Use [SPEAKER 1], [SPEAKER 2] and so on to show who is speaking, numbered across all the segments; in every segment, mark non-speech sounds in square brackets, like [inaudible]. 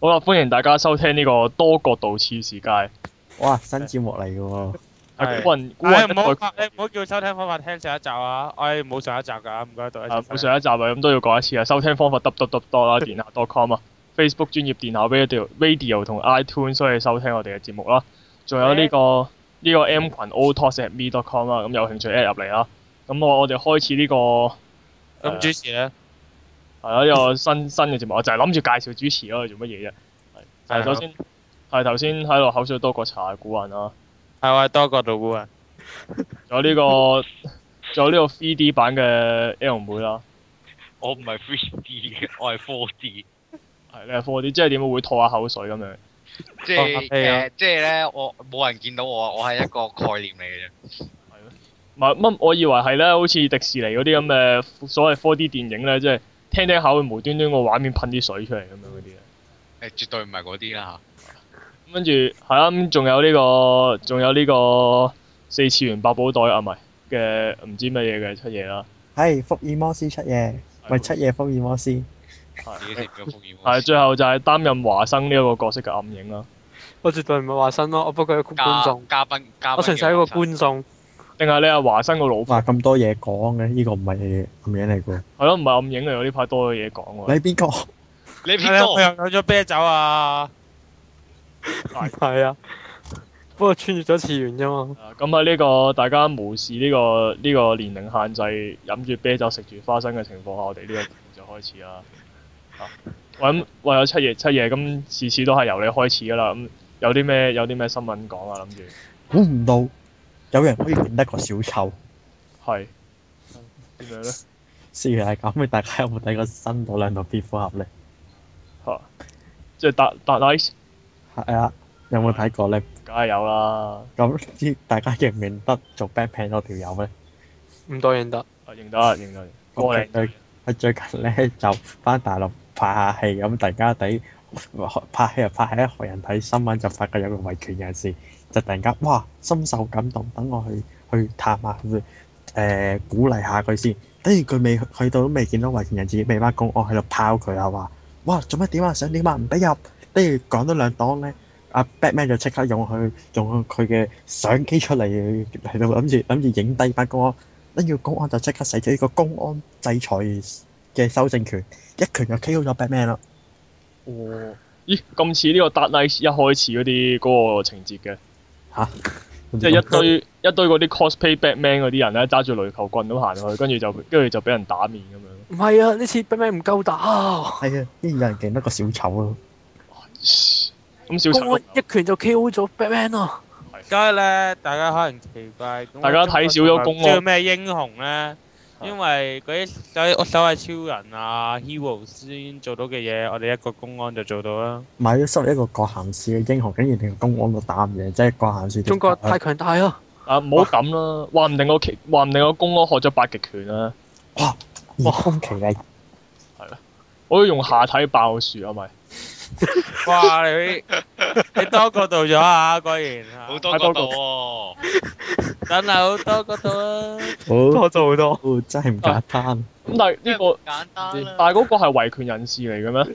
[SPEAKER 1] 好啦，歡迎大家收聽呢個多角度次世界。
[SPEAKER 2] 哇，新節目嚟嘅喎，
[SPEAKER 1] 係古人古
[SPEAKER 3] 唉
[SPEAKER 1] 人一
[SPEAKER 3] 唔
[SPEAKER 1] 代
[SPEAKER 3] 好，你唔好叫收聽方法聽上一集啊！唉，唔好上一集㗎，唔該讀一集。
[SPEAKER 1] 啊，冇上一集啊，咁都要講一次啊。收聽方法 w w w 啦，電下 .com 啊，Facebook 專業電下 radio radio 同 iTunes 所以收聽我哋嘅節目啦。仲有呢、個呢、個 M 群 otoss@me.com 啦，啊咁有興趣 add 入嚟啦。咁我我哋開始呢、個
[SPEAKER 3] 咁主持咧，
[SPEAKER 1] 係啦呢個新 [laughs] 新嘅節目，我啊就係諗住介紹主持咯，做乜嘢啫？係
[SPEAKER 3] 係
[SPEAKER 1] 係首先係頭先喺度口水多過茶嘅古人啊啦。
[SPEAKER 3] 係我係多角度顧問，
[SPEAKER 1] 仲有呢、個， [laughs] 仲有呢個 3D 版嘅 L 妹啦，
[SPEAKER 4] 我唔係 three D 嘅，我係 four D。
[SPEAKER 1] 係你係 4D，即係點會吐下口水咁樣？
[SPEAKER 4] 即
[SPEAKER 3] 哦
[SPEAKER 4] 係
[SPEAKER 3] 係啊
[SPEAKER 4] 誒，即係咧，我冇人見到我，我係一個概念嚟嘅啫。
[SPEAKER 1] 唔係乜？我以為係咧，好似迪士尼嗰啲咁嘅所謂 4D 電影咧，即係聽聽下會無端端個畫面噴啲水出嚟咁樣嗰啲咧。
[SPEAKER 4] 誒，絕對唔係嗰啲啦
[SPEAKER 1] 咁跟住係啦，咁仲有呢、個，仲有呢個四次元百寶袋啊，唔係嘅唔知乜嘢嘅出嘢啦。
[SPEAKER 2] 係福爾摩斯出嘢，咪出嘢福爾摩斯，
[SPEAKER 4] 嚇，自己食咗福爾摩
[SPEAKER 1] 係
[SPEAKER 4] 斯。
[SPEAKER 1] 最後就係擔任華生呢一個角色嘅暗影啦，
[SPEAKER 5] 我絕對唔係話新咯，我不過係一個觀眾，
[SPEAKER 4] 嘉嘉賓嘉賓嘅話題，
[SPEAKER 5] 我純粹係一個觀眾。
[SPEAKER 1] 定係你係華生個老婆？
[SPEAKER 2] 哇咁多嘢講嘅，呢個唔係暗影嚟嘅
[SPEAKER 1] 係咯，唔係暗影啊嚟，我呢排多咗嘢講
[SPEAKER 2] 喎，
[SPEAKER 1] 喎。
[SPEAKER 2] 你邊個？
[SPEAKER 4] 你
[SPEAKER 3] 係啊
[SPEAKER 4] 邊
[SPEAKER 3] 佢又有咗啤酒啊！
[SPEAKER 5] [laughs] 係啊，不過穿越咗次元啫嘛。
[SPEAKER 1] 啊咁喺呢個大家無視呢、個呢、個年齡限制，飲住啤酒食住花生嘅情況下，我哋呢個節目就開始啦。啊，喂咁，喂有七夜七夜，咁次次都係由你開始噶啦。咁有啲咩有啲咩新聞講啊？諗住
[SPEAKER 2] 估唔到有人可以見得過小丑，
[SPEAKER 1] 係點樣咧？
[SPEAKER 2] 事如係咁，大家有冇睇過新嗰兩套蝙蝠俠咧？
[SPEAKER 1] 嚇、即係達達 nice，
[SPEAKER 2] 係啊，有冇睇過咧？
[SPEAKER 1] 梗係有啦，
[SPEAKER 2] 咁啲大家認唔認得做 Batman 嗰條友咧？
[SPEAKER 5] 唔多認得，
[SPEAKER 1] 啊認得認得，過嚟
[SPEAKER 2] 佢佢最近咧就翻大陸拍下戲，咁突然間睇拍戲又啊拍戲，一學人睇新聞就發覺有個維權人士就突然間哇深受感動，等我去去探下佢，誒、鼓勵下佢先。跟住佢未去到都未見到維權人士，未翻公安喺度拋佢啊話：哇做乜點啊想點啊唔俾入！跟住講咗兩檔咧，阿 Batman 就即刻用佢用佢嘅相機出嚟嚟到諗住諗住影低班公安。跟住公安就即刻使咗呢個公安制裁嘅修正權，一拳就 KO 咗 Batman 啦。
[SPEAKER 1] 哦，咦咁似呢個達 nice 一開始嗰啲嗰個情節嘅。即係一堆一堆嗰啲 cosplay Batman 嗰啲人咧，揸住雷球棍咁行去，跟住就跟住就俾人打面咁樣。
[SPEAKER 5] 唔係啊！呢次 Batman 唔夠打啊，
[SPEAKER 2] 係啊，依然有人勁得過小丑咯。
[SPEAKER 1] 咁小
[SPEAKER 5] 公
[SPEAKER 1] 丑
[SPEAKER 5] 安，一拳就 KO 咗 Batman 啊！
[SPEAKER 3] 梗係咧，大家可能奇怪，
[SPEAKER 1] 大家睇少咗公安
[SPEAKER 3] 叫咩英雄咧？因為嗰啲所所謂超人啊、hero à, 先做到嘅嘢，我哋一個公安就做到啦。
[SPEAKER 2] 買咗身為一個國鹹市嘅英雄，竟然連公安都打唔贏，即係國鹹市。
[SPEAKER 5] 中國太強大啊！
[SPEAKER 1] 啊唔好咁啦，話唔定個奇，話唔定個公安學咗八極拳啦，
[SPEAKER 2] 哇，空奇力
[SPEAKER 1] 我要用下體爆樹啊咪，
[SPEAKER 3] 哇！你你多角度咗啊，果然啊
[SPEAKER 4] 好多角度喎。
[SPEAKER 3] 真係好多角度啊！
[SPEAKER 2] 好
[SPEAKER 5] 多咗好多。
[SPEAKER 2] 真係唔簡單。
[SPEAKER 1] 咁但係呢、個，
[SPEAKER 4] 簡單啦。
[SPEAKER 1] 但係嗰個係維權人士嚟嘅咩？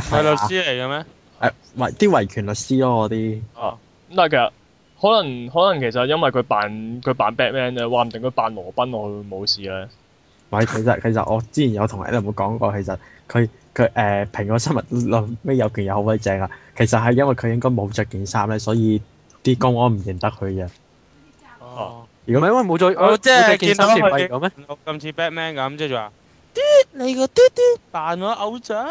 [SPEAKER 3] 係律
[SPEAKER 2] 啊
[SPEAKER 3] 師嚟嘅咩？
[SPEAKER 2] 誒維啲維權律師咯，嗰啲
[SPEAKER 1] 咁但係其實可能可能其實因為佢扮佢扮 Batman 啫，話唔定佢扮羅賓我會冇事咧。
[SPEAKER 2] 咪其實其實我之前有同 Adam 講過，其實佢佢誒蘋果新聞後尾有件嘢好鬼正啊。其實係因為佢應該冇着件衫咧，所以啲公安唔認得佢嘅。
[SPEAKER 3] 哦，
[SPEAKER 5] 唔係因為冇咗，
[SPEAKER 3] 我
[SPEAKER 5] 我
[SPEAKER 3] 即係
[SPEAKER 5] 見
[SPEAKER 3] 見
[SPEAKER 5] 身
[SPEAKER 3] 到
[SPEAKER 5] 前唔係
[SPEAKER 3] 佢
[SPEAKER 5] 咁咩？
[SPEAKER 3] 咁似 Batman 咁，即係話，嘟你個嘟嘟扮我偶像，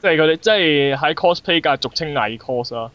[SPEAKER 1] 即係佢哋即係喺 cosplay 界俗稱偽 cos 啦，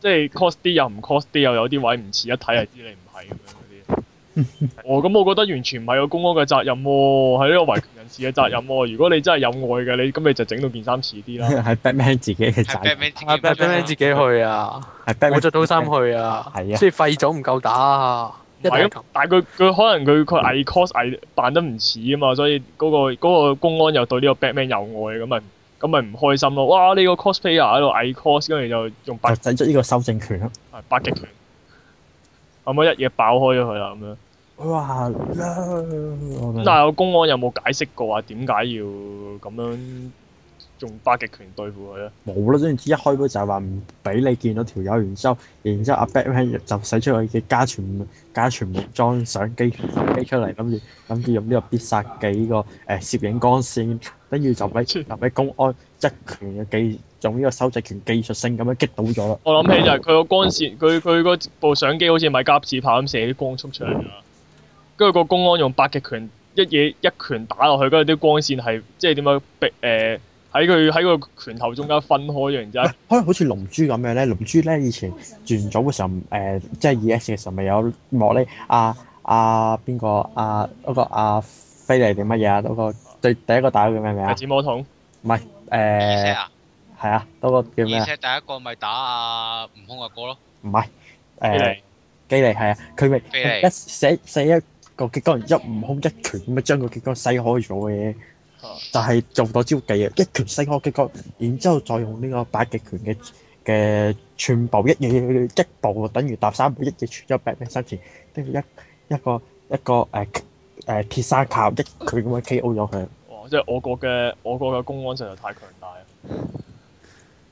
[SPEAKER 1] 即係 cos 啲又唔 cos 啲，又有啲位唔似，一睇就知你唔係咁樣嗰啲。哦，咁我覺得完全唔係個公安嘅責任喎、係呢個維權人士嘅責任喎、如果你真係有愛嘅，你咁你就整到件衫似啲
[SPEAKER 2] [laughs]
[SPEAKER 1] 啦。
[SPEAKER 2] 係 Batman 自己嘅
[SPEAKER 4] 係
[SPEAKER 2] 責任，
[SPEAKER 4] Batman
[SPEAKER 3] 係
[SPEAKER 4] 自己
[SPEAKER 5] 啊 Batman 自己去啊，
[SPEAKER 2] 係 Batman
[SPEAKER 5] 冇着到衫去啊，
[SPEAKER 2] 係啊
[SPEAKER 5] 所以廢咗唔夠打啊，一定係咁。
[SPEAKER 1] 但係佢佢可能佢佢偽 cos 偽扮得唔似啊嘛，所以嗰、個嗰個公安又對呢個 Batman 有愛，咁咪咁咪唔開心咯。哇！呢、個 cosplayer 喺度偽 cos，跟住就用白
[SPEAKER 2] 就
[SPEAKER 1] 啊
[SPEAKER 2] 使咗呢個修正權啦。
[SPEAKER 1] 係八極拳，咁我一嘢爆開咗佢啦咁樣。
[SPEAKER 2] 佢話啦，我
[SPEAKER 1] 咁
[SPEAKER 2] 咪
[SPEAKER 1] 但係個公安有冇解釋過話點解要咁樣用八極拳對付佢咧？
[SPEAKER 2] 冇啦，總之一開波就係話唔俾你見到條友，然之後，然之後阿 Batman 就使出佢嘅家傳家傳武裝相機相機出嚟，諗住諗住用呢個必殺技呢個誒、呃、攝影光線，跟住就俾就俾公安一拳嘅技用呢個收隻拳技術性咁樣擊倒咗啦。
[SPEAKER 1] 我諗起就係佢個光線，佢佢嗰部相機好似米加子炮咁射啲光速出嚟啊！跟住個公安用八極拳一嘢一拳打落去，跟住啲光線係即係點樣逼誒喺佢喺個拳頭中間分開，然之後
[SPEAKER 2] 可能好似龍珠咁樣咧，龍珠咧以前轉組嘅時候，誒、即係 E.S. 嘅時候咪有莫呢？阿阿邊個阿嗰個阿菲利定乜嘢啊？嗰、個最第一個打嗰個叫咩名啊
[SPEAKER 1] 係？子魔筒
[SPEAKER 2] 唔係
[SPEAKER 4] 二
[SPEAKER 2] 誒，
[SPEAKER 4] set 啊，
[SPEAKER 2] 係啊，嗰個
[SPEAKER 4] 二
[SPEAKER 2] 叫咩啊？
[SPEAKER 4] set 第一個咪打阿悟空阿哥咯，
[SPEAKER 2] 唔係
[SPEAKER 1] 飛
[SPEAKER 2] 誒
[SPEAKER 1] 嚟，
[SPEAKER 2] 基利係啊，佢咪
[SPEAKER 4] 基
[SPEAKER 2] [laughs]
[SPEAKER 4] 利
[SPEAKER 2] 一寫寫一個激光，然之後悟空一拳咁樣將個激光篩開咗嘅，就係做到招技啊！一拳篩開激光，然之後再用呢個八極拳嘅嘅寸步一嘢一步，等於踏三步一嘢穿咗 Batman 身前，跟住一一個一個誒誒鐵砂炮一拳咁樣 K.O. 咗佢。
[SPEAKER 1] 哇！即係我國嘅我國嘅公安實在太強大啊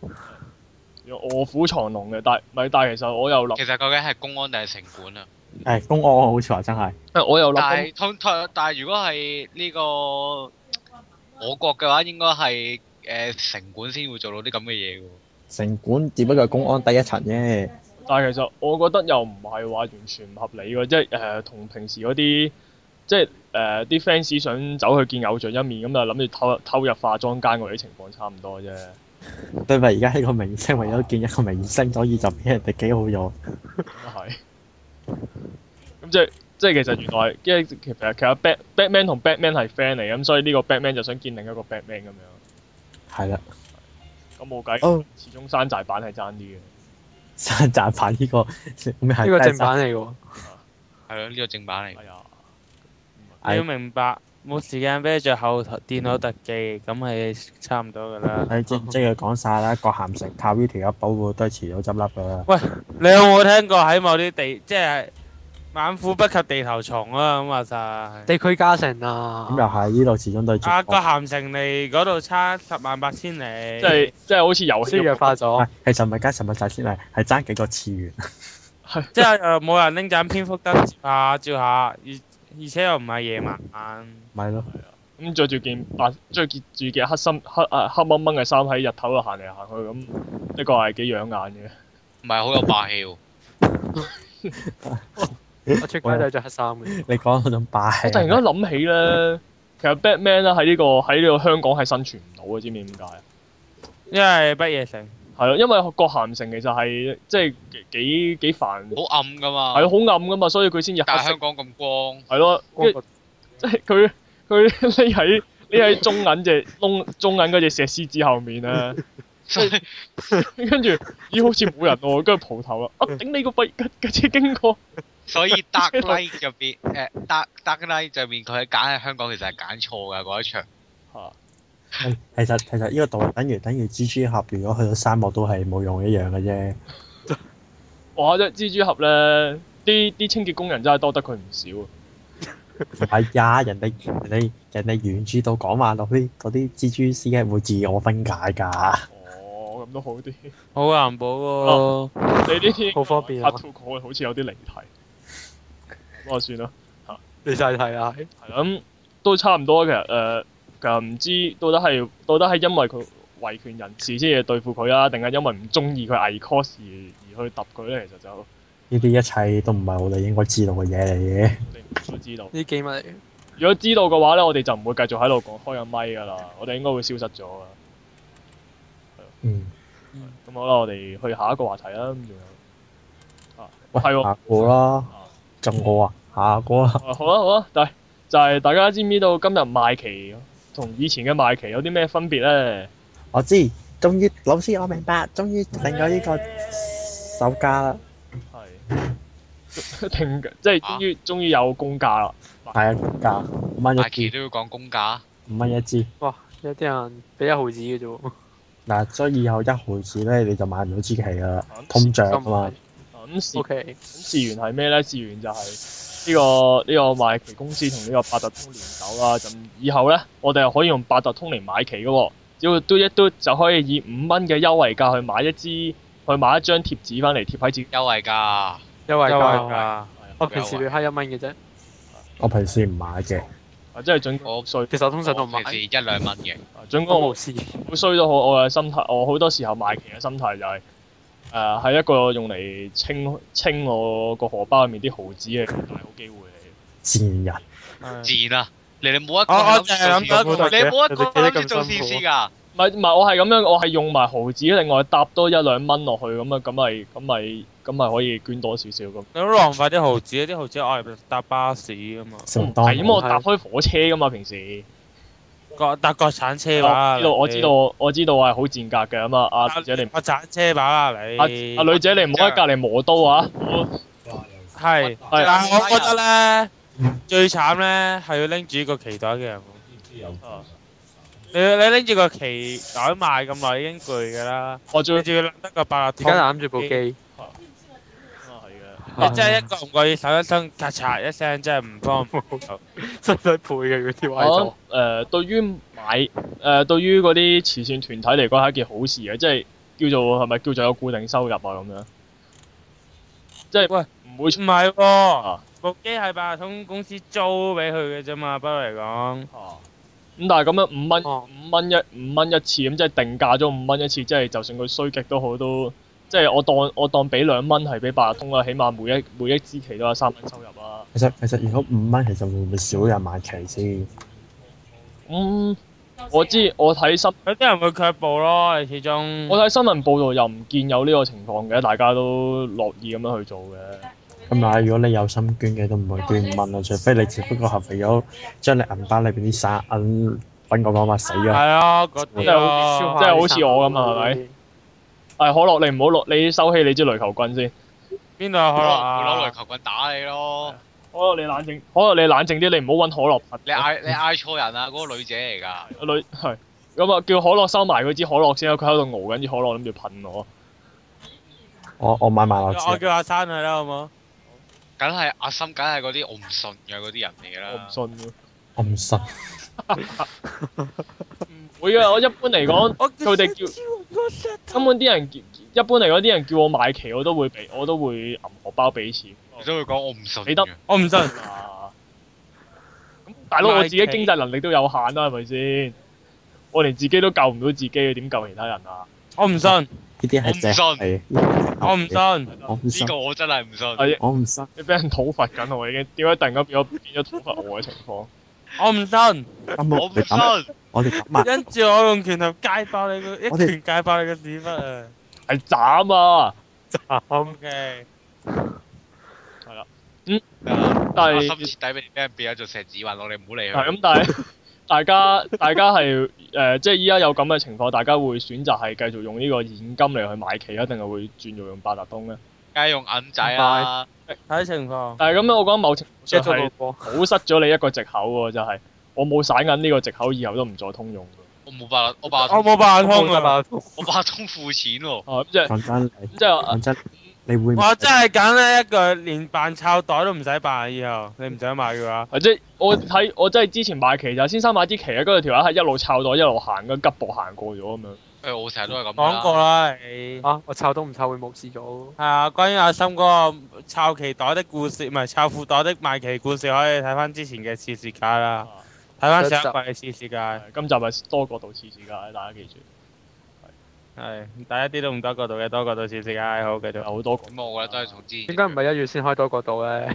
[SPEAKER 1] 啦！卧虎藏龍嘅，但係咪但係其實我又諗，
[SPEAKER 4] 其實究竟係公安定係城管啊？
[SPEAKER 2] 誒公安好似話真係
[SPEAKER 1] 我又
[SPEAKER 4] 但
[SPEAKER 1] 諗
[SPEAKER 4] 係通通，但係如果係呢個呃我國嘅話，應該係誒城管先會做到啲咁嘅嘢嘅喎。
[SPEAKER 2] 城管，只不過係公安第一層啫。
[SPEAKER 1] 但係其實我覺得又唔係話完全唔合理嘅，即係誒同平時嗰啲即係誒啲 fans 想走去見偶像一面咁就諗住偷偷入化妝間嗰啲情況差唔多啫。
[SPEAKER 2] 對咪？而家呢個明星為咗見一個明星，所以就俾人哋幾好用。
[SPEAKER 1] 咁啊係。咁即係即係其實原來即係其實其實 Bat Batman 同 Batman 係 friend 嚟咁，所以呢個 Batman 就想見另一個 Batman 咁樣。
[SPEAKER 2] 係啦，
[SPEAKER 1] 咁冇計，
[SPEAKER 2] 哦
[SPEAKER 1] 始終山寨版係爭啲嘅。
[SPEAKER 2] [laughs] 山寨版呢、個咩係？
[SPEAKER 5] 呢個正版嚟喎。
[SPEAKER 4] 係咯，呢個正版嚟。
[SPEAKER 1] 哎呀，
[SPEAKER 2] 係
[SPEAKER 3] 要明白冇時間俾你做後台電腦特技，咁係差唔多噶啦。
[SPEAKER 2] 係哎即即係講晒啦，郭咸城靠呢條友保護都係遲早執笠噶啦。
[SPEAKER 3] 你有冇聽過喺某啲地，即係猛虎不及地頭蟲啊？咁話晒。
[SPEAKER 5] 地區加成啊
[SPEAKER 2] 咁，又係呢度始終都係
[SPEAKER 3] 啊
[SPEAKER 2] 絕
[SPEAKER 3] 個
[SPEAKER 2] 望。
[SPEAKER 3] 鹹城嚟嗰度差十萬八千里。
[SPEAKER 1] 即係即係好似遊戲
[SPEAKER 5] 先
[SPEAKER 1] 咁
[SPEAKER 5] 弱化咗
[SPEAKER 2] 係。其實唔係加十物仔先係，係爭幾個次元。
[SPEAKER 3] 即係又冇人拎盞蝙蝠燈照下照下，而而且又唔係夜晚。
[SPEAKER 2] 咪咯， [laughs]
[SPEAKER 1] 咁着住件白，着住件黑深黑啊黑掹掹嘅衫喺日頭度行嚟行去，咁的確係幾養眼嘅。
[SPEAKER 4] 唔係好有霸氣喎。
[SPEAKER 5] 我出街都係着黑衫嘅。
[SPEAKER 2] 你講嗰種霸氣啊
[SPEAKER 1] 我突然間諗起咧，其實 Batman 咧喺呢個喺呢個香港係生存唔到嘅，知唔知點解？啊
[SPEAKER 3] 因為不夜城，
[SPEAKER 1] 係咯，因為郭咸城其實係即係幾幾幾煩，係
[SPEAKER 4] 好暗噶嘛，
[SPEAKER 1] 好暗噶嘛，所以佢先至黑
[SPEAKER 4] 但係
[SPEAKER 1] 色
[SPEAKER 4] 香。港咁光，
[SPEAKER 1] 係咯，跟住即係佢佢匿喺匿喺中銀隻窿中銀嗰隻石獅子後面啊！
[SPEAKER 4] [laughs] 所以
[SPEAKER 1] [laughs] 跟住咦好似冇人
[SPEAKER 5] [laughs]
[SPEAKER 1] 喎，跟住蒲頭啦，啊
[SPEAKER 5] 嗯
[SPEAKER 1] 頂你個肺！ [laughs] 架架車經過。
[SPEAKER 4] 所以 Dark Knight 入邊誒 Dark Dark Knight 入邊佢喺揀喺香港其實係揀錯㗎嗰一場。
[SPEAKER 2] 係 [laughs] 其實其實呢個道理等於等於蜘蛛俠，如果去到沙漠都係冇用一樣嘅啫。
[SPEAKER 1] 哇！即係蜘蛛俠咧，啲啲清潔工人真係多得佢唔少啊！
[SPEAKER 2] 唔係哎呀，人哋人哋人哋原著度講話落啲嗰啲蜘蛛絲係會自我分解㗎。
[SPEAKER 1] 哦，咁都好
[SPEAKER 5] [laughs]
[SPEAKER 1] 啲。你
[SPEAKER 3] 好環保喎。
[SPEAKER 1] 呢啲
[SPEAKER 5] 好方便啊
[SPEAKER 1] 拍 two 個好似有啲離題。咁啊，算啦，
[SPEAKER 5] 你晒睇啊！
[SPEAKER 1] 係啦咁都差唔多其實誒，其實唔知到底係到底係因為佢維權人士先至對付佢啦，定係因為唔中意佢偽 cos 而而去揼佢咧？其實就
[SPEAKER 2] 呢啲一切都唔係我哋應該知道嘅嘢嚟嘅。
[SPEAKER 1] 你唔想知道。
[SPEAKER 5] 呢幾物嚟，
[SPEAKER 1] 如果知道嘅話咧，我哋就唔會繼續喺度講開緊咪㗎啦，我哋應該會消失咗㗎。
[SPEAKER 2] 嗯，
[SPEAKER 1] 咁好啦，我哋去下一個話題啦。咁仲有啊，
[SPEAKER 2] 喂，
[SPEAKER 1] 係喎
[SPEAKER 2] 下個啦，仲我啊，下個啊，
[SPEAKER 1] 啊好啦好啦，但係就係、大家知唔知道今日賣旗同以前嘅賣旗有啲咩分別咧？
[SPEAKER 2] 我知，終於老師我明白，終於定咗呢個手價啦，
[SPEAKER 1] 係 [laughs] 停，即係終於終於有公價啦。
[SPEAKER 2] 係啊，價五蚊一
[SPEAKER 4] 阿奇
[SPEAKER 2] 支，
[SPEAKER 4] 都要講公價，
[SPEAKER 2] 五蚊一支。
[SPEAKER 5] 哇！有啲人俾一毫子嘅啫喎，
[SPEAKER 2] 嗱，所以以後一毫子咧，你就買唔到支旗噶啦，通脹啊嘛
[SPEAKER 5] 咁。
[SPEAKER 1] 啊咁事
[SPEAKER 5] ，O K，
[SPEAKER 1] 咁事源係咩咧？事源就係、呢、個呢、個賣旗公司同呢個八達通聯手啦，咁以後咧，我哋係可以用八達通嚟買旗嘅喎、只要嘟一嘟就可以以五蚊嘅優惠價去買一支，去買一張貼紙翻嚟貼喺自己。
[SPEAKER 4] 優惠㗎，
[SPEAKER 5] 因為
[SPEAKER 3] 優
[SPEAKER 5] 價
[SPEAKER 3] 惠㗎，
[SPEAKER 5] 我平時要黑一蚊嘅啫，
[SPEAKER 2] 我平時唔買嘅，
[SPEAKER 1] 啊，即係準我
[SPEAKER 4] 我
[SPEAKER 1] 衰，
[SPEAKER 5] 其實我通常都唔買
[SPEAKER 4] 平，時一兩蚊嘅，
[SPEAKER 1] 啊準哥
[SPEAKER 5] 我
[SPEAKER 1] 我
[SPEAKER 5] 無視。
[SPEAKER 1] 好衰都好，我嘅心態，我好多時候賣旗嘅心態就係誒係一個用嚟清清我個荷包入面啲毫子嘅大好機會嚟。
[SPEAKER 2] 賤人。
[SPEAKER 1] 嗯
[SPEAKER 4] 自然啦。你哋冇一個
[SPEAKER 5] 哦
[SPEAKER 3] 我我
[SPEAKER 4] 諗
[SPEAKER 3] 就係諗到一個
[SPEAKER 4] 住做善
[SPEAKER 5] 問題
[SPEAKER 4] 事，你冇一個諗
[SPEAKER 5] 你哋記得
[SPEAKER 4] 住做
[SPEAKER 5] 咁
[SPEAKER 4] 善
[SPEAKER 5] 辛苦啊
[SPEAKER 4] 事㗎。
[SPEAKER 1] 唔係唔係，我係咁樣，我係用埋毫子，另外搭多一兩蚊落去，咁啊咁咪咁咪咁咪可以捐多少少咁。
[SPEAKER 3] 你好浪費啲毫子，啲毫子我係搭巴士噶嘛，
[SPEAKER 2] 食麥當啊
[SPEAKER 1] 係咁，
[SPEAKER 2] 勞
[SPEAKER 1] 我搭開火車噶嘛，平時。
[SPEAKER 3] 國搭國產車
[SPEAKER 1] 我
[SPEAKER 3] 吧。
[SPEAKER 1] 知道，我
[SPEAKER 3] 你
[SPEAKER 1] 知，道，我知道我係好賤格嘅咁啊！阿
[SPEAKER 3] 搭
[SPEAKER 1] 女仔你唔
[SPEAKER 3] 國產車吧啦你。
[SPEAKER 1] 阿阿女仔你唔好喺隔離磨刀啊！係
[SPEAKER 3] 係，但係我覺得咧，最慘咧係要拎住個期袋嘅人。哦你你拎住個期袋賣咁耐已經攰㗎啦，
[SPEAKER 1] 我最
[SPEAKER 3] 你
[SPEAKER 1] 啊
[SPEAKER 3] 仲要拎得個八達
[SPEAKER 5] 而家
[SPEAKER 3] 通，
[SPEAKER 5] 攬住部機，
[SPEAKER 1] 係
[SPEAKER 3] 你真
[SPEAKER 5] [laughs]
[SPEAKER 3] 係一個唔覺意手一伸，咔嚓一聲，真係唔方便。
[SPEAKER 5] 真係配嘅嗰啲
[SPEAKER 1] 嘅，
[SPEAKER 5] 位
[SPEAKER 1] 我
[SPEAKER 5] 就。
[SPEAKER 1] 諗誒對於買誒對於嗰啲慈善團體嚟講係一件好事嘅，即係叫做係咪叫做有固定收入啊咁樣？即係
[SPEAKER 3] 喂
[SPEAKER 1] 唔會出
[SPEAKER 3] 唔係喎
[SPEAKER 1] 啊，
[SPEAKER 3] 部機係八達通公司租俾佢嘅啫嘛，不過嚟講。
[SPEAKER 1] 咁，但係咁樣五蚊
[SPEAKER 5] 哦
[SPEAKER 1] 五蚊一五蚊一次咁，即係定價咗五蚊一次，即係就算佢衰極都好都。即係我當我當俾兩蚊係俾八達通啦，起碼每一每一支期都有三蚊收入啊啦。
[SPEAKER 2] 其實其實如果五蚊，其實會唔會少人買旗先？
[SPEAKER 1] 嗯，我知我睇新
[SPEAKER 3] 有啲人會卻步咯，你始終
[SPEAKER 1] 我睇新聞報道又唔見有呢個情況嘅，大家都樂意咁樣去做嘅。
[SPEAKER 2] 咁啊，如果你有心捐嘅，都唔會捐五蚊啊啦，除非你只不過係為咗將你銀包裏邊啲散銀揾個方法死咗。
[SPEAKER 3] 係啊，嗰啲
[SPEAKER 1] 係
[SPEAKER 3] 咯
[SPEAKER 1] 即係好似我咁啊係咪？誒，可樂你唔好落，你收起你支雷球棍先。
[SPEAKER 3] 邊度有可樂
[SPEAKER 4] 可能會攞
[SPEAKER 3] 啊
[SPEAKER 4] 雷？球棍打你咯。
[SPEAKER 1] 可樂你冷靜，可樂你冷靜啲，你唔好揾可樂
[SPEAKER 4] 你嗌你嗌錯人啦，嗰個女仔嚟㗎。
[SPEAKER 1] 女係咁啊，叫可樂收埋佢支可樂先啦，啊佢喺度熬緊支可樂，諗住噴我。
[SPEAKER 2] 我我啊買萬樂
[SPEAKER 3] 我
[SPEAKER 2] 節，
[SPEAKER 3] 叫阿生去啦，好冇？
[SPEAKER 4] 梗係阿心，梗係嗰啲我唔信嘅嗰啲人嚟㗎
[SPEAKER 1] 我唔
[SPEAKER 4] 啦。
[SPEAKER 1] 信喎
[SPEAKER 2] 我唔信。
[SPEAKER 1] 唔會啊！我一般嚟講，
[SPEAKER 3] 我
[SPEAKER 1] 佢哋叫根本啲人叫一般嚟講，啲人叫我買旗，我都會俾，我都會揞荷包俾錢。
[SPEAKER 4] 你都會講我唔信
[SPEAKER 1] 你得
[SPEAKER 4] 嘅。
[SPEAKER 3] 我唔信，
[SPEAKER 1] 啊！咁大佬，我自己經濟能力都有限啦，係咪先？我連自己都救唔到自己，點救其他人啊？
[SPEAKER 3] 我唔信，
[SPEAKER 2] 呢啲係正係，呢啲係
[SPEAKER 3] 我唔信，
[SPEAKER 2] 我唔
[SPEAKER 4] 呢
[SPEAKER 2] 信，啊
[SPEAKER 4] 個我真係唔信。
[SPEAKER 1] 係
[SPEAKER 2] 我唔信。
[SPEAKER 1] 你俾人討伐緊，我已經點解突然間變咗變咗討伐我嘅情況？
[SPEAKER 3] 我唔信。
[SPEAKER 2] 今日
[SPEAKER 4] 我
[SPEAKER 2] 我
[SPEAKER 4] 唔
[SPEAKER 2] 哋抌，
[SPEAKER 4] 信。
[SPEAKER 2] 我哋抌啊！
[SPEAKER 3] 跟住我用拳頭解爆你個，一
[SPEAKER 2] 我哋
[SPEAKER 3] 拳解爆你個屎忽啊
[SPEAKER 1] 係斬啊！
[SPEAKER 5] 啱
[SPEAKER 3] ！OK，
[SPEAKER 1] 但
[SPEAKER 4] 啊阿
[SPEAKER 1] 係
[SPEAKER 4] 心徹底俾俾人變咗做石子雲，我哋唔好理
[SPEAKER 1] 係啊
[SPEAKER 4] 佢。
[SPEAKER 1] 咁，但係大家大家係誒、呃即係依家有咁嘅情況，大家會選擇係繼續用呢個現金嚟去買旗，一定係會轉做用八達通咧？
[SPEAKER 4] 梗係用銀仔啊啦。
[SPEAKER 3] 睇情況。
[SPEAKER 1] 但係咁樣，我覺得某程度上
[SPEAKER 5] ，get 咗
[SPEAKER 1] 係
[SPEAKER 5] 個波，
[SPEAKER 1] 堵塞咗你一個藉口喎，就係、我冇散銀呢個藉口，以後都唔再通用㗎。
[SPEAKER 4] 我冇辦法，我辦法
[SPEAKER 3] 我冇辦法通
[SPEAKER 5] 冇得
[SPEAKER 3] 啊！
[SPEAKER 5] 吧
[SPEAKER 4] 我辦法通付錢喎。
[SPEAKER 1] 哦，即係
[SPEAKER 2] 講
[SPEAKER 1] 咁
[SPEAKER 2] 真，
[SPEAKER 1] 即係
[SPEAKER 2] 講真，你會唔
[SPEAKER 3] 我真係揀呢一個，連扮抄袋都唔使扮，啊以後你唔想買嘅話，
[SPEAKER 1] 或者我睇我真係之前買旗就係先生買支旗啊，跟住條友係一路抄袋一路行，跟住急步行過咗咁樣。
[SPEAKER 4] 誒，我成日都係咁㗎啦
[SPEAKER 3] 講過啦你。
[SPEAKER 5] 啊！我湊都唔湊會冇事咗。
[SPEAKER 3] 係啊，關於阿森嗰個抄旗袋的故事，唔係抄褲袋的賣旗故事，可以睇翻之前嘅次世界啦，睇翻上一季嘅次世界，係
[SPEAKER 1] 今集係多角度次次㗎，大家記住
[SPEAKER 3] 但一啲都唔多角度嘅，多角度次世界好繼
[SPEAKER 1] 有
[SPEAKER 3] 續。
[SPEAKER 1] 好多角。
[SPEAKER 4] 咁我覺得都係同之前。
[SPEAKER 5] 點解唔係一月先開多個度咧？ [laughs]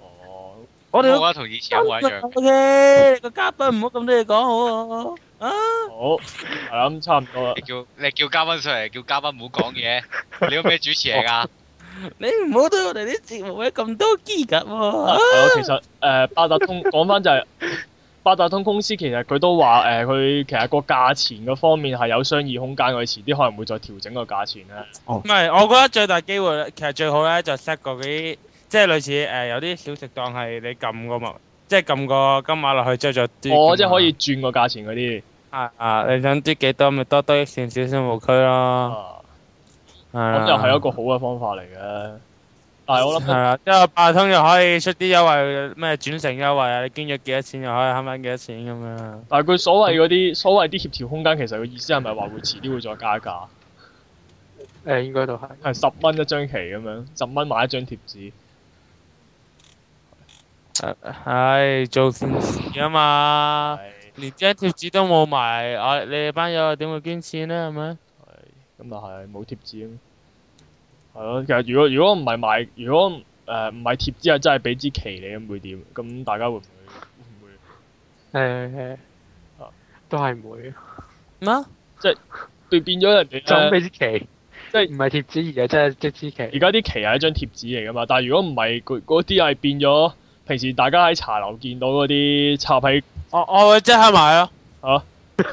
[SPEAKER 1] 哦，
[SPEAKER 3] 我
[SPEAKER 4] 我
[SPEAKER 3] 哋
[SPEAKER 4] 覺得同以前一模一樣。
[SPEAKER 3] O K，個嘉賓唔好咁多嘢講好啊。
[SPEAKER 1] 好係啦，咁差唔多啦
[SPEAKER 4] 你。叫你叫嘉賓上嚟，叫嘉賓唔好講嘢。你個咩主持嚟㗎？
[SPEAKER 3] 你唔好對我哋啲節目有咁多機格
[SPEAKER 1] 係
[SPEAKER 3] 喎。
[SPEAKER 1] 咯，其實誒八達通 [laughs] 講翻就係八達通公司其實佢都話誒，佢其實個價錢嗰方面係有商議空間，佢遲啲可能會再調整個價錢啊咧。
[SPEAKER 3] 唔係，我覺得最大機會咧，其實最好咧就 set 個嗰啲，即係類似誒有啲小食檔係你撳個物，即係撳個金碼落去之後就
[SPEAKER 1] 我
[SPEAKER 3] 嘟金
[SPEAKER 1] 哦即係
[SPEAKER 3] 額
[SPEAKER 1] 可以轉個價錢嗰啲。
[SPEAKER 3] 啊啊！你想嘟幾多咪多多益善，少少無區咯。
[SPEAKER 1] 啊
[SPEAKER 3] 哦咁
[SPEAKER 1] 咁又係一個好嘅方法嚟嘅。但係我
[SPEAKER 3] 系
[SPEAKER 1] 諗
[SPEAKER 3] 啦，啊之後八達通又可以出啲優惠，咩轉乘優惠啊，你捐咗幾多錢又可以慳翻幾多錢咁樣啦。
[SPEAKER 1] 但係佢所謂嗰啲所謂啲協調空間，其實個意思係咪話會遲啲會再加價？
[SPEAKER 5] 誒應該都係。
[SPEAKER 1] 係十蚊一張旗咁樣，十蚊買一張貼紙。
[SPEAKER 3] 唉，做善事啊嘛，
[SPEAKER 1] 係
[SPEAKER 3] 連張貼紙都冇埋，我你哋班友點會捐錢呢？係咪？
[SPEAKER 1] 咁但係冇貼紙咁。係咯，其實如果如果唔係賣，如果誒唔係貼紙係真係俾支旗你咁會點？咁大家會唔會會唔會？
[SPEAKER 5] 誒
[SPEAKER 1] 啊
[SPEAKER 5] 都係唔會，
[SPEAKER 3] 咩？
[SPEAKER 1] 對變咗人哋
[SPEAKER 5] 就咁
[SPEAKER 1] 呢
[SPEAKER 5] 俾支旗，
[SPEAKER 1] 即
[SPEAKER 5] 即
[SPEAKER 1] 係
[SPEAKER 5] 係唔係貼紙，而係真係即支旗。
[SPEAKER 1] 而家啲旗係一張貼紙嚟噶嘛，但係如果唔係嗰嗰啲係變咗平時大家喺茶樓見到嗰啲插喺
[SPEAKER 3] 我我會即刻買咯。
[SPEAKER 1] 啊
[SPEAKER 3] 哦啊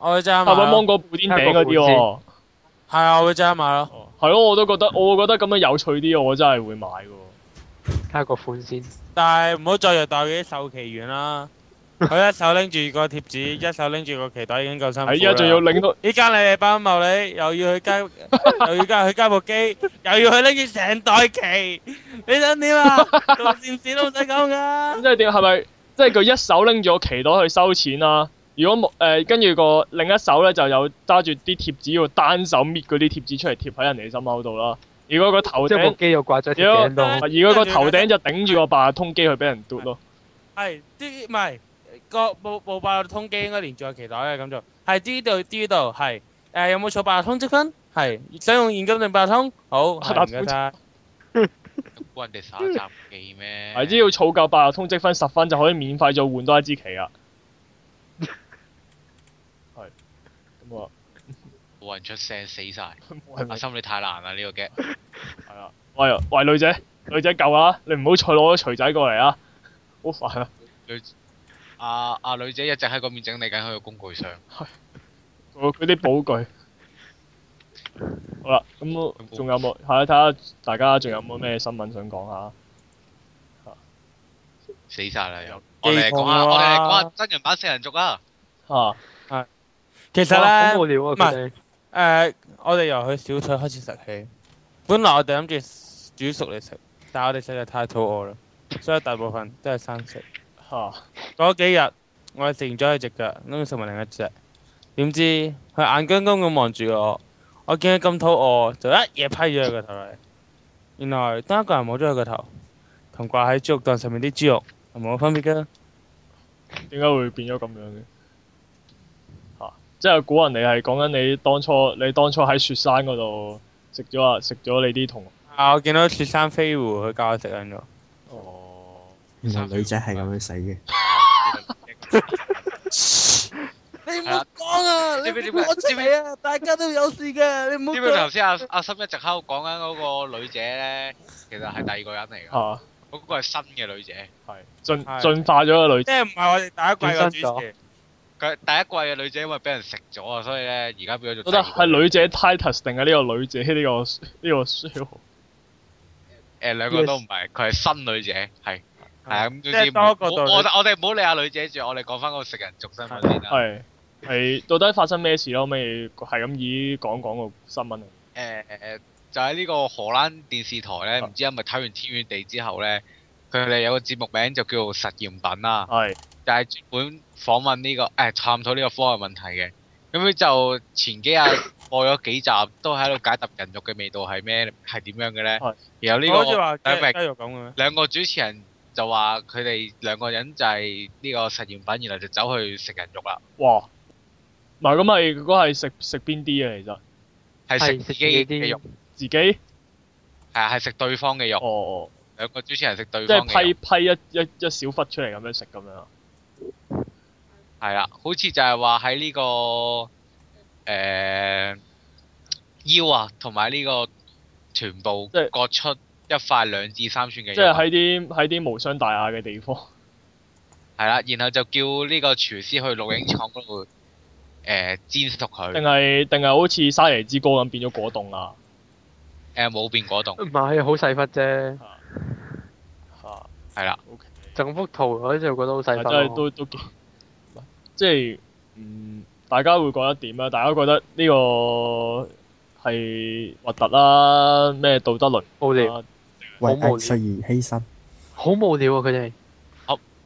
[SPEAKER 3] 我會即刻
[SPEAKER 1] 插
[SPEAKER 3] 買
[SPEAKER 1] 喺芒
[SPEAKER 3] 咯。
[SPEAKER 1] 果布甸頂嗰啲喎。
[SPEAKER 3] 係啊，我會即刻買咯。
[SPEAKER 1] 係咯，我都覺得，我覺得咁樣有趣啲，我真係會買嘅喎。
[SPEAKER 5] 睇下個款先。
[SPEAKER 3] 但係唔好再虐待嗰啲售旗員
[SPEAKER 1] [laughs]
[SPEAKER 3] 啦。佢一手拎住個貼紙，一手拎住個旗袋已經夠辛苦啦。
[SPEAKER 1] 係依家仲要拎到，
[SPEAKER 3] 依家你哋班茂你又要去加， [laughs] 又要加去加部機，又要去拎住成袋旗，你想
[SPEAKER 1] [laughs]
[SPEAKER 3] 點啊？做善事都唔使咁噶
[SPEAKER 1] 咁。即係點？係咪即係佢一手拎住個旗袋去收錢啦？如果冇誒，跟、住個另一手咧就有揸住啲貼紙，要單手搣嗰啲貼紙出嚟貼喺人哋心口度啦。如果個頭
[SPEAKER 5] 即係
[SPEAKER 1] 頂啊
[SPEAKER 5] 部，機又掛咗條
[SPEAKER 1] 如
[SPEAKER 5] 頸
[SPEAKER 1] 果
[SPEAKER 5] 度，
[SPEAKER 1] 如果個頭頂就頂住個八達通機去俾人嘟咯。
[SPEAKER 3] 係啲唔係個部部八達通機應該連住個期待嘅咁做。係呢度呢度係誒有冇儲八達通積分？係想用現金定八達通？好，
[SPEAKER 1] 八
[SPEAKER 3] 係
[SPEAKER 1] 達
[SPEAKER 3] 唔
[SPEAKER 1] 通
[SPEAKER 3] 該晒。
[SPEAKER 4] 估人哋耍雜
[SPEAKER 1] [laughs]
[SPEAKER 4] 技咩？
[SPEAKER 1] 係只要儲夠八達通積分十分就可以免費再換多一支旗啦。係咁啊，
[SPEAKER 4] 冇人出聲死晒。
[SPEAKER 1] 冇人
[SPEAKER 4] 阿心你太難啦呢個 g
[SPEAKER 1] 係啦。喂喂，女仔，女仔夠啦，你唔好再攞咗錘仔過嚟啊！好煩啊！
[SPEAKER 4] 阿阿女仔一直喺嗰邊整理緊佢個工具箱，
[SPEAKER 1] 佢佢啲寶具。好啦，咁
[SPEAKER 4] 冇
[SPEAKER 1] 仲有冇？係啊，睇下大家仲有冇咩新聞想講啊下？
[SPEAKER 4] 死晒啦又。
[SPEAKER 3] 寄
[SPEAKER 4] 我哋
[SPEAKER 3] 放
[SPEAKER 4] 講下，
[SPEAKER 3] 啦
[SPEAKER 4] 我哋講下真人版四人族啊！
[SPEAKER 1] 嚇
[SPEAKER 3] 其實
[SPEAKER 5] 哇好
[SPEAKER 3] 咧
[SPEAKER 5] 無聊啊！
[SPEAKER 3] 唔係
[SPEAKER 5] 佢哋
[SPEAKER 3] 誒，呃我哋由佢小腿開始食起。本來我哋諗住煮熟嚟食，但係我哋實在太肚餓啦，所以大部分都係生食。
[SPEAKER 1] 嚇
[SPEAKER 3] 嗰幾日我係食完咗佢只腳，諗住食埋另一隻，點知佢眼光光咁望住我，我見佢咁肚餓，就一嘢批咗佢個頭嚟。原來得一個人摸咗佢個頭，同掛喺豬肉檔上面啲豬肉係冇分別噶。
[SPEAKER 1] 點解會變咗咁樣嘅？嚇、即係估人你係講緊你當初你當初喺雪山嗰度食咗啊食咗你啲同
[SPEAKER 3] 啊！我見到雪山飛狐，佢教我食緊咗。
[SPEAKER 1] 哦，
[SPEAKER 2] 原來女仔係咁樣死嘅。
[SPEAKER 3] 你
[SPEAKER 4] 唔好
[SPEAKER 3] 講啊
[SPEAKER 4] 你你唔好講出嚟
[SPEAKER 3] 啊！大家都有事嘅，你唔啊
[SPEAKER 4] 知唔知頭先阿阿心一直喺度講緊嗰個女仔咧，其實係第二個人嚟
[SPEAKER 1] 嚇、
[SPEAKER 4] 㗎，嗰個係新嘅女仔。
[SPEAKER 1] 係進
[SPEAKER 3] 係
[SPEAKER 1] 進化咗個女
[SPEAKER 3] 即係唔係我哋第一季嘅主
[SPEAKER 5] 轉
[SPEAKER 3] 持？
[SPEAKER 4] 佢第一季嘅女仔因為俾人食咗啊，所以咧而家變咗做
[SPEAKER 1] 覺得
[SPEAKER 4] 第二個
[SPEAKER 1] 係女者 Titus 定係呢個女者呢、 [laughs] 個呢、個 s h
[SPEAKER 4] 誒兩個都唔係，佢係新女者，係係啊咁。
[SPEAKER 3] 即
[SPEAKER 4] 總
[SPEAKER 3] 係
[SPEAKER 4] 之
[SPEAKER 3] 多一個
[SPEAKER 4] 唔好
[SPEAKER 3] 道理
[SPEAKER 4] 我我哋唔好理下女者住，我哋講翻嗰個食人族身份先啦。
[SPEAKER 1] 係係到底發生咩事咯？咪係咁以講講個新聞啊
[SPEAKER 4] 誒誒，呃就喺呢個荷蘭電視台咧，
[SPEAKER 1] 啊
[SPEAKER 4] 唔知係咪睇完《天與地》之後咧，佢哋有個節目名就叫做實驗品啦，
[SPEAKER 1] 啊係
[SPEAKER 4] 就係專門訪問呢個誒探討呢個科學問題嘅。咁佢就前幾日播咗幾集，都喺度解答人肉嘅味道係咩，係點樣嘅咧
[SPEAKER 1] 係。
[SPEAKER 4] 然後呢
[SPEAKER 3] 我好似話雞
[SPEAKER 4] 個
[SPEAKER 3] 雞肉咁嘅咩？
[SPEAKER 4] 兩個主持人就話佢哋兩個人就係呢個實驗品，然後就走去食人肉啦，
[SPEAKER 1] 哇！唔係咁係嗰個係食食邊啲啊嘅其實
[SPEAKER 4] 係食
[SPEAKER 5] 係
[SPEAKER 4] 自
[SPEAKER 5] 食
[SPEAKER 4] 己
[SPEAKER 5] 己
[SPEAKER 4] 嘅肉
[SPEAKER 5] 啲，，
[SPEAKER 1] 自己
[SPEAKER 4] 係啊係食對方嘅
[SPEAKER 1] 哦
[SPEAKER 4] 肉，
[SPEAKER 1] 哦，
[SPEAKER 4] 兩個主持人食對
[SPEAKER 1] 即
[SPEAKER 4] 方嘅
[SPEAKER 1] 係批
[SPEAKER 4] 肉，
[SPEAKER 1] 批一一一小忽出嚟咁樣食咁樣啊。
[SPEAKER 4] 係啦，好似就係話喺呢個誒、腰啊，同埋呢個臀部
[SPEAKER 1] 即係
[SPEAKER 4] 割出一塊兩至三寸嘅
[SPEAKER 1] 即係
[SPEAKER 4] 肉，啊
[SPEAKER 1] 喺啲喺啲無傷大雅嘅地方，
[SPEAKER 4] 係啦，然後就叫呢個廚師去錄影廠嗰度誒煎熟
[SPEAKER 1] 定
[SPEAKER 4] 佢，
[SPEAKER 1] 係定係好似沙耶之歌咁變咗果凍啊？
[SPEAKER 4] 誒呃冇變果凍，
[SPEAKER 5] 唔係好細忽啫，
[SPEAKER 1] 嚇、
[SPEAKER 4] 係啦，
[SPEAKER 1] o k
[SPEAKER 5] 就咁幅圖我就覺得好細
[SPEAKER 1] 但
[SPEAKER 5] 忽
[SPEAKER 1] 啊真係
[SPEAKER 5] 咯。
[SPEAKER 1] 都都幾，即係嗯，大家會覺得點啊？大家覺得呢個係核突啦，咩道德淪
[SPEAKER 5] 無聊，
[SPEAKER 1] 啊，
[SPEAKER 2] 為
[SPEAKER 5] 好無聊
[SPEAKER 2] 藝術而犧牲。
[SPEAKER 5] 好無聊啊！佢哋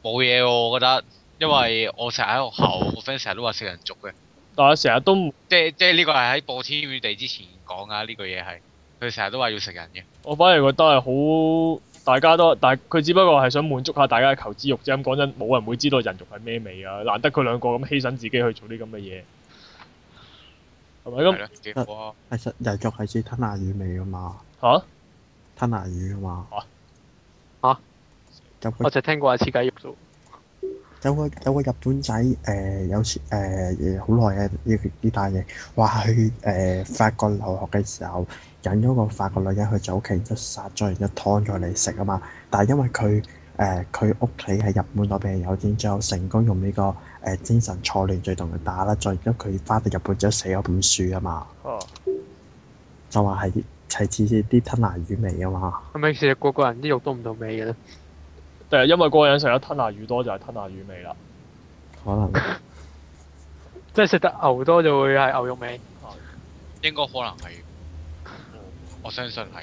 [SPEAKER 4] 冇嘢喎，我覺得，因為我成日
[SPEAKER 1] [laughs]
[SPEAKER 4] 喺學校，我 friend 成日都話食人族嘅，
[SPEAKER 1] 但係成日都唔
[SPEAKER 4] 即係即係呢個係喺播天與地之前講啊，呢句嘢係佢成日都話要食人嘅，
[SPEAKER 1] 我反而覺得係好，大家都，但係佢只不過係想滿足下大家嘅求知欲啫。咁講真，冇人會知道人肉係咩味啊！難得佢兩個咁犧牲自己去做啲咁嘅嘢，係咪
[SPEAKER 4] 係
[SPEAKER 1] 咁
[SPEAKER 4] 咯，幾好啊！
[SPEAKER 2] 其實人肉係似吞拿魚味噶嘛，
[SPEAKER 1] 嚇？
[SPEAKER 2] 吞拿魚噶嘛。
[SPEAKER 5] 嚇
[SPEAKER 2] 有
[SPEAKER 5] 我
[SPEAKER 2] 個
[SPEAKER 5] 就聽過係切雞肉啫喎。
[SPEAKER 2] 有個有個日本仔誒、有時誒好耐嘅呢呢單嘢，話去誒法國留學嘅時候引咗個法國女人去做屋企，然之後殺咗，然之後劏咗嚟食啊嘛。但係因為佢誒佢屋企係日本嗰邊有錢，最後成功用呢、個誒、精神錯亂罪同佢打啦，再然之後佢翻到日本之後寫咗本書啊嘛，
[SPEAKER 1] 嚇
[SPEAKER 2] 就話係係似似啲吞拿魚味啊嘛。
[SPEAKER 5] 係咪其實個個人啲肉都唔同味嘅咧？
[SPEAKER 1] 定係因為嗰個人成日吞拿魚多就係吞拿魚味啦。
[SPEAKER 2] 可能
[SPEAKER 5] 即係食得牛多就會係牛肉味。
[SPEAKER 4] 應該可能係，我相信係。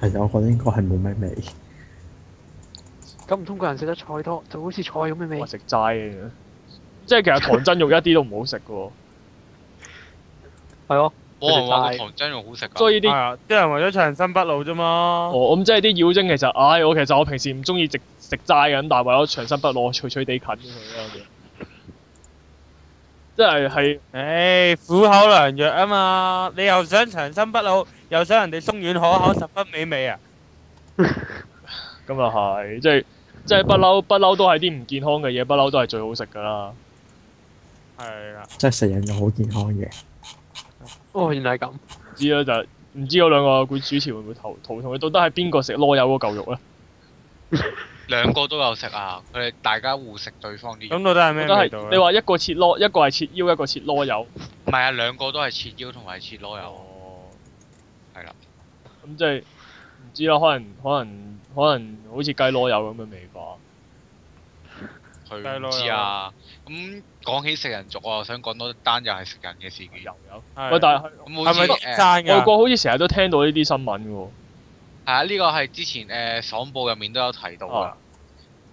[SPEAKER 2] 係我覺得應該係冇咩味。
[SPEAKER 5] 咁唔通個人食得菜多就好似菜咁嘅味
[SPEAKER 1] 我？食齋嘅，即係其實唐真肉一啲都唔好食嘅
[SPEAKER 3] [laughs]
[SPEAKER 1] 喎。
[SPEAKER 5] 係咯，
[SPEAKER 4] 冇人話
[SPEAKER 5] 佢
[SPEAKER 4] 個
[SPEAKER 5] 哋齋
[SPEAKER 4] 糖真肉好食㗎。
[SPEAKER 1] 所以
[SPEAKER 3] 係
[SPEAKER 1] 啲
[SPEAKER 3] 啊，啲人為咗長生不老啫嘛。
[SPEAKER 1] 哦，咁即係啲妖精其實，唉，我其實我平時唔中意食食齋嘅，咁但係為咗長生不老，我脆脆地近咗佢啦。即係係
[SPEAKER 3] 唉，苦口良藥啊嘛！你又想長生不老，又想人哋鬆軟可口，十分美味啊！
[SPEAKER 1] 咁啊係，即係即係不嬲不嬲都係啲唔健康嘅嘢，不嬲都係最好食㗎啦。
[SPEAKER 3] 係啦，
[SPEAKER 2] 即係食人肉好健康嘅，
[SPEAKER 5] 哦，原來係咁。
[SPEAKER 1] 唔知啦就唔知嗰兩個主主持會唔會頭頭痛？到底係邊個食攞柚嗰嚿肉咧？
[SPEAKER 4] 兩個都有食啊！佢哋大家互食對方啲嘢，
[SPEAKER 3] 咁到底係
[SPEAKER 1] 覺
[SPEAKER 3] 咩
[SPEAKER 1] 得
[SPEAKER 3] 味道
[SPEAKER 1] 係你
[SPEAKER 3] 咧？
[SPEAKER 1] 話一個切攞，一個係切腰，一個切攞柚。
[SPEAKER 4] 唔係啊，兩個都係切腰同埋切螺油，
[SPEAKER 1] 哦，
[SPEAKER 4] 係啦。
[SPEAKER 1] 咁即係唔知啦，可能可能可能好似雞攞柚咁嘅味啩。
[SPEAKER 4] 佢
[SPEAKER 3] 雞
[SPEAKER 4] 唔
[SPEAKER 3] 螺油
[SPEAKER 4] 知啊。咁講起食人族，我又想講多單又係食人嘅事件。
[SPEAKER 1] 油有。
[SPEAKER 3] 係
[SPEAKER 1] 喂，但係
[SPEAKER 4] 咁好
[SPEAKER 3] 係咪
[SPEAKER 4] 似誒係
[SPEAKER 3] 爭
[SPEAKER 1] 外
[SPEAKER 3] 㗎？
[SPEAKER 1] 國好似成日都聽到呢啲新聞嘅喎。
[SPEAKER 4] 啊，呢個係之前誒爽報入面都有提到
[SPEAKER 1] 哦
[SPEAKER 4] 噶，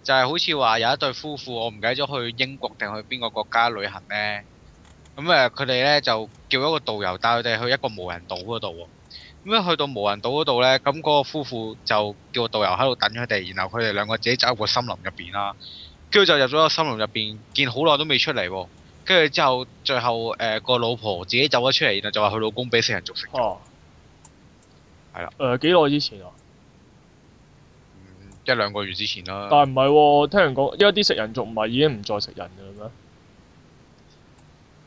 [SPEAKER 4] 就係好似話有一對夫婦，我唔記得咗去英國定去邊個國家旅行呢。咁誒佢哋咧就叫一個導遊帶佢哋去一個無人島嗰度喎。咁一去到無人島嗰度呢，咁嗰個夫婦就叫個導遊喺度等佢哋，然後佢哋兩個自己走入個森林入邊啦。跟住就入咗個森林入邊，見好耐都未出嚟喎。跟住之後，最後誒、個老婆自己走咗出嚟，然後就話佢老公俾食人族食咗。
[SPEAKER 1] 哦。
[SPEAKER 4] 係啦。
[SPEAKER 1] 誒幾耐之前啊？
[SPEAKER 4] 嗯一兩個月之前啦。
[SPEAKER 1] 但係唔係喎，聽人講，因為啲食人族唔係已經唔再食人㗎啦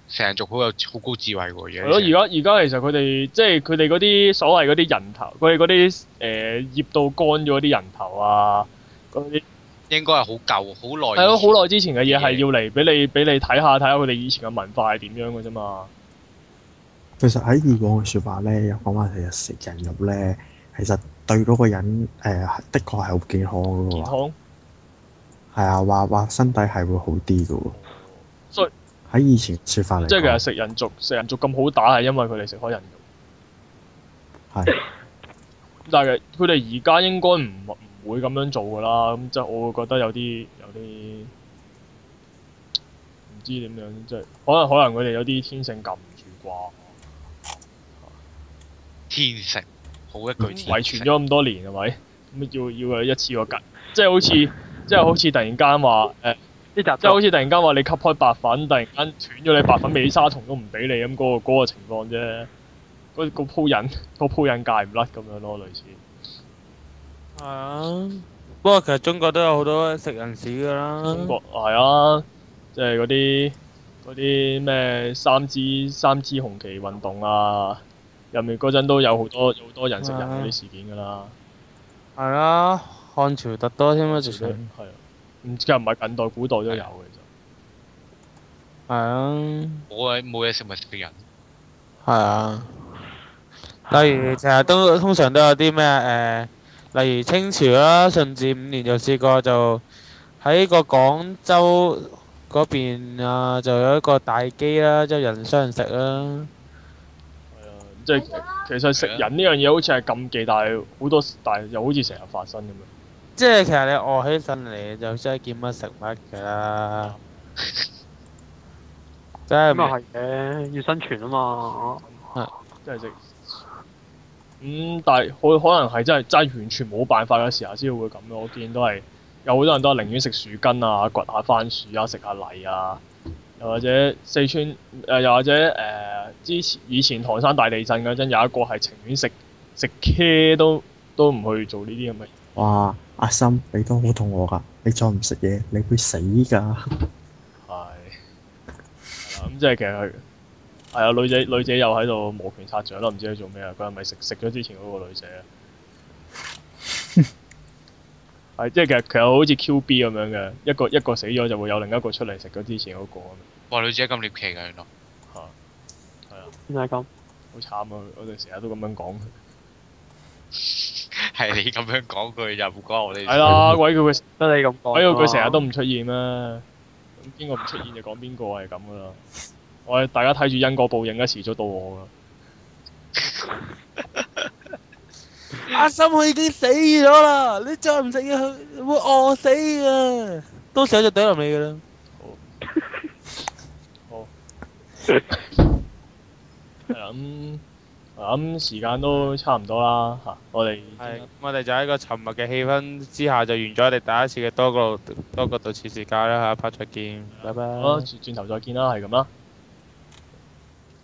[SPEAKER 4] 成族好有好高智慧喎，而
[SPEAKER 1] 咩？
[SPEAKER 4] 家
[SPEAKER 1] 係咯，
[SPEAKER 4] 啲人
[SPEAKER 1] 而家而家其實佢哋即係佢哋嗰啲所謂嗰啲人頭，佢哋嗰啲誒醃到乾咗啲人頭啊，嗰啲
[SPEAKER 4] 應該係好舊，好耐。
[SPEAKER 1] 係咯，好耐。之前嘅嘢係
[SPEAKER 4] 嘢
[SPEAKER 1] 要嚟俾你俾你睇下睇下佢哋以前嘅文化係點樣嘅啫嘛。
[SPEAKER 2] 其實喺以往嘅説法咧，有講話其實食人肉咧，其實對嗰個人誒、呃的確係好健康嘅
[SPEAKER 1] 健
[SPEAKER 2] 喎，
[SPEAKER 1] 康
[SPEAKER 2] 係啊，話話身體係會好啲嘅喎。
[SPEAKER 1] 所以
[SPEAKER 2] 喺以前説法嚟講，
[SPEAKER 1] 即係其實食人族食人族咁好打係因為佢哋食開人肉。
[SPEAKER 2] 係
[SPEAKER 1] 但係佢哋而家應該唔唔會咁樣做㗎啦，咁即係我會覺得有啲有啲唔知點樣，即係可能可能佢哋有啲天性撳唔住啩，
[SPEAKER 4] 天性，好一句
[SPEAKER 2] 嗯
[SPEAKER 1] 遺
[SPEAKER 4] 天
[SPEAKER 1] 傳
[SPEAKER 4] 性。
[SPEAKER 1] 咗咁多年係咪？咁要要佢一次過吉，即係好似即係好似突然間話誒，
[SPEAKER 5] 呢集
[SPEAKER 1] 即係
[SPEAKER 5] 就
[SPEAKER 1] 好似突然間話你吸開白粉，突然間斷咗你白粉美沙酮都唔俾你咁嗰、個嗰、個情況啫，嗰、個鋪癮個鋪癮戒唔甩咁樣咯，類似。
[SPEAKER 3] 係啊，不過其實中國都有好多食人屎噶啦。
[SPEAKER 1] 中國係啊，即係嗰啲嗰啲咩三支三支紅旗運動啊，入面嗰陣都有好多有好多人食人嗰啲事件㗎啦，
[SPEAKER 3] 係啊，漢朝特多添啊，直
[SPEAKER 1] 係
[SPEAKER 3] 情
[SPEAKER 1] 啊，唔知係唔係近代古代都有嘅
[SPEAKER 3] 係啊。
[SPEAKER 4] 冇嘢冇嘢食咪食人，
[SPEAKER 3] 係啊，例如成日都通常都有啲咩誒，例如清朝啦，順治五年就試過就喺個廣州嗰 à, 邊啊，就有一個大饑啦，即係人相食啦，
[SPEAKER 1] 其實係啊，即係其實食人呢樣嘢好似係禁忌，但係好多但係又好似成日發生咁樣。
[SPEAKER 3] 即係其實你餓起身嚟就真係見乜食乜㗎啦，真係唔
[SPEAKER 5] 咁啊係嘅，要生存啊嘛。
[SPEAKER 1] 即係食。咁、但係可可能係真係真係完全冇辦法嘅時候先會咁咯。我見都係有好多人都係寧願食樹根啊、掘下番薯啊、食下泥啊，又或者四川誒、呃又或者誒、呃之前以前唐山大地震嗰陣，有一個係情願食食茄都都唔去做呢啲咁嘅。
[SPEAKER 2] 哇！阿心，你都好肚餓㗎，你再唔食嘢，你會死㗎。
[SPEAKER 1] 係。係啦咁即係其實佢係啊，女仔女仔又喺度磨拳擦掌啦，唔知佢做咩啊？佢係咪食食咗之前嗰個女仔啊？係即係其實其實好似 Q B 咁樣嘅，一個一個死咗就會有另一個出嚟食咗之前嗰個咁
[SPEAKER 4] 哇！女仔咁獵奇㗎，原來。 [laughs]
[SPEAKER 5] 原來係咁，
[SPEAKER 1] 樣，好慘啊！我哋成日都咁樣講。
[SPEAKER 4] 係你咁樣講佢就唔關我哋事。
[SPEAKER 1] 係啦，鬼叫佢，
[SPEAKER 5] 得你咁講。
[SPEAKER 1] 鬼叫哎佢成日都唔出現啦。咁邊個唔出現就講邊個係咁噶啦。我哋大家睇住因果報應啦，遲早到我噶。
[SPEAKER 3] 阿心佢已經死咗啦，你再唔食嘢佢會餓死啊！到時我就懟冧你噶啦。
[SPEAKER 1] 係啦，咁係啦咁時間都差唔多啦嚇，我哋
[SPEAKER 3] 係，我哋就喺個沉默嘅氣氛之下就完咗我哋第一次嘅多個多個度次時間啦，下一 part 再見，拜拜。
[SPEAKER 1] 好啦，轉轉頭再見啦，係咁啦，